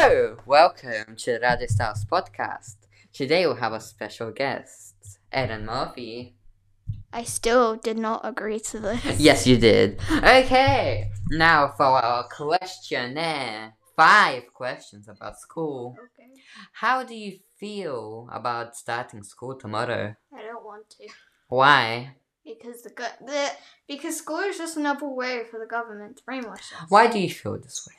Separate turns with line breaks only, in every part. Hello, welcome to Radio Stars podcast. Today we have a special guest, Aaron Murphy.
I still did not agree to this.
Yes, you did. Okay, now for our questionnaire. Five questions about school.
Okay.
How do you feel about starting school tomorrow?
I don't want to
Why?
because the, go- the because school is just another way for the government to brainwash us.
Why do you feel this way?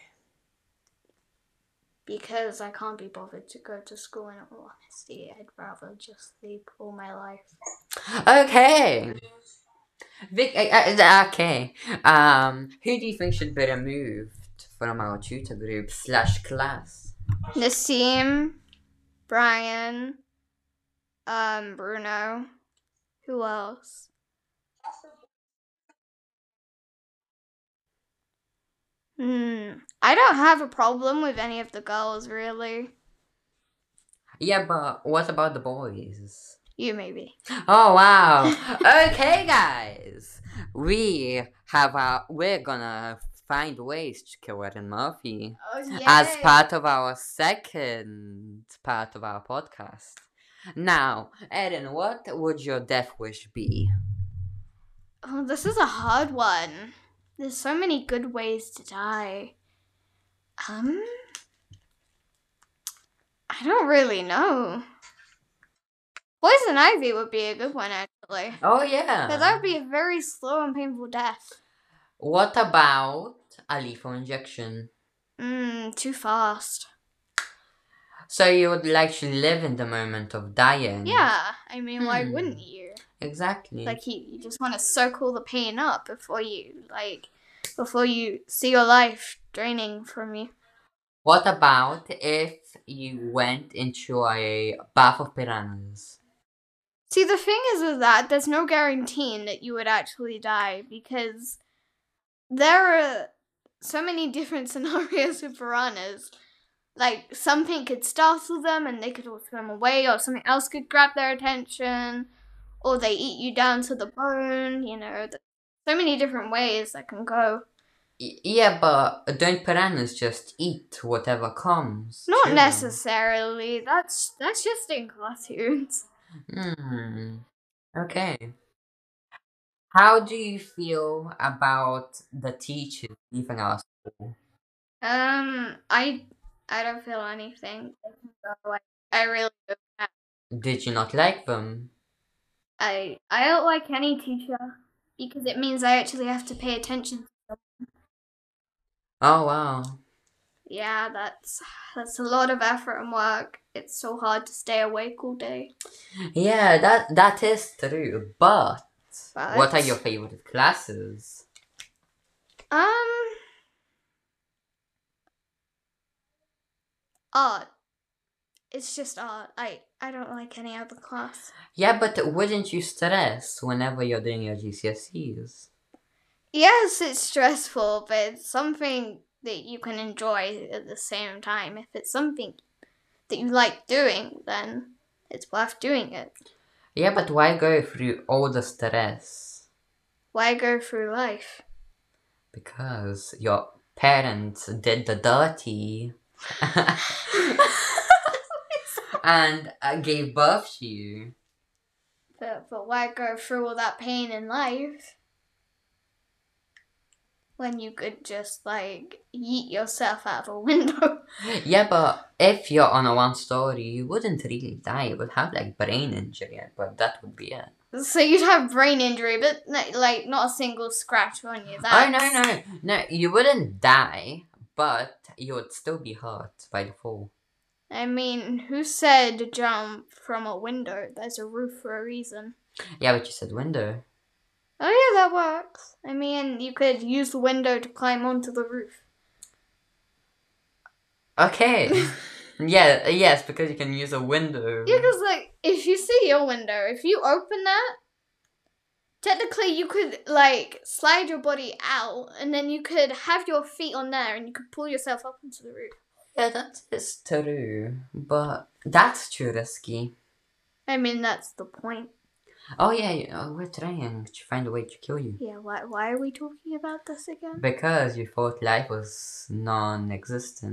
Because I can't be bothered to go to school. In all honesty, I'd rather just sleep all my life.
Okay. Vic, uh, uh, okay. Um, who do you think should be removed from our tutor group slash class?
Nassim, Brian, um, Bruno. Who else? Hmm. I don't have a problem with any of the girls, really.
Yeah, but what about the boys?
You maybe.
Oh wow. okay, guys. We have our. We're gonna find ways to kill Erin Murphy
Oh, yeah.
as part of our second part of our podcast. Now, Erin, what would your death wish be?
Oh, this is a hard one. There's so many good ways to die. Um, I don't really know. Poison ivy would be a good one actually,
Oh yeah.
because that would be a very slow and painful death.
What about a lethal injection?
Mmm, too fast.
So you would like to live in the moment of dying?
Yeah, I mean, why
Hmm.
wouldn't you?
Exactly.
Like, you, you just want to soak all the pain up before you like, before you see your life draining from you.
what about if you went into a bath of piranhas?
See, the thing is with that, there's no guaranteeing that you would actually die because there are so many different scenarios with piranhas. Like, something could startle them and they could all swim away, or something else could grab their attention, or they eat you down to the bone, you know. th- So many different ways that can go.
Y- yeah, but don't piranhas just eat whatever comes? to
Not
them?
necessarily. That's that's just in cartoons.
Hmm. Okay. How do you feel about the teachers leaving our school?
Um, I I don't feel anything. So I, I really don't.
Did you not like them?
I I don't like any teacher because it means I actually have to pay attention.
Oh wow.
Yeah, that's that's a lot of effort and work. It's so hard to stay awake all day.
Yeah, that that is true. But,
But
what are your favorite classes?
um art? It's just art. I I don't like any other class.
Yeah, but wouldn't you stress whenever you're doing your GCSEs?
Yes, it's stressful, but it's something that you can enjoy at the same time. If it's something that you like doing, then it's worth doing it.
Yeah, but why go through all the stress?
Why go through life?
Because your parents did the dirty and uh, gave birth to you.
But, but why go through all that pain in life when you could just like yeet yourself out of a window?
Yeah, but if you're on a one story, you wouldn't really die. You would have like brain injury, but that would be it.
so you'd have brain injury, but n- like not a single scratch on you.
Oh
That's,
no no no! You wouldn't die, but you would still be hurt by the fall.
I mean, who said jump from a window? There's a roof for a reason.
Yeah, but you said window.
Oh yeah, that works. I mean, you could use the window to climb onto the roof.
Okay. yeah. Yes, because you can use a window.
Yeah, because like if you see your window, if you open that, technically you could like slide your body out, and then you could have your feet on there, and you could pull yourself up into the roof.
Yeah, that is true, but that's too risky.
I mean, that's the point.
Oh yeah, you- uh, we're trying to find a way to kill you
Yeah. Why? Why are we talking about this again?
because you thought life was non-existent.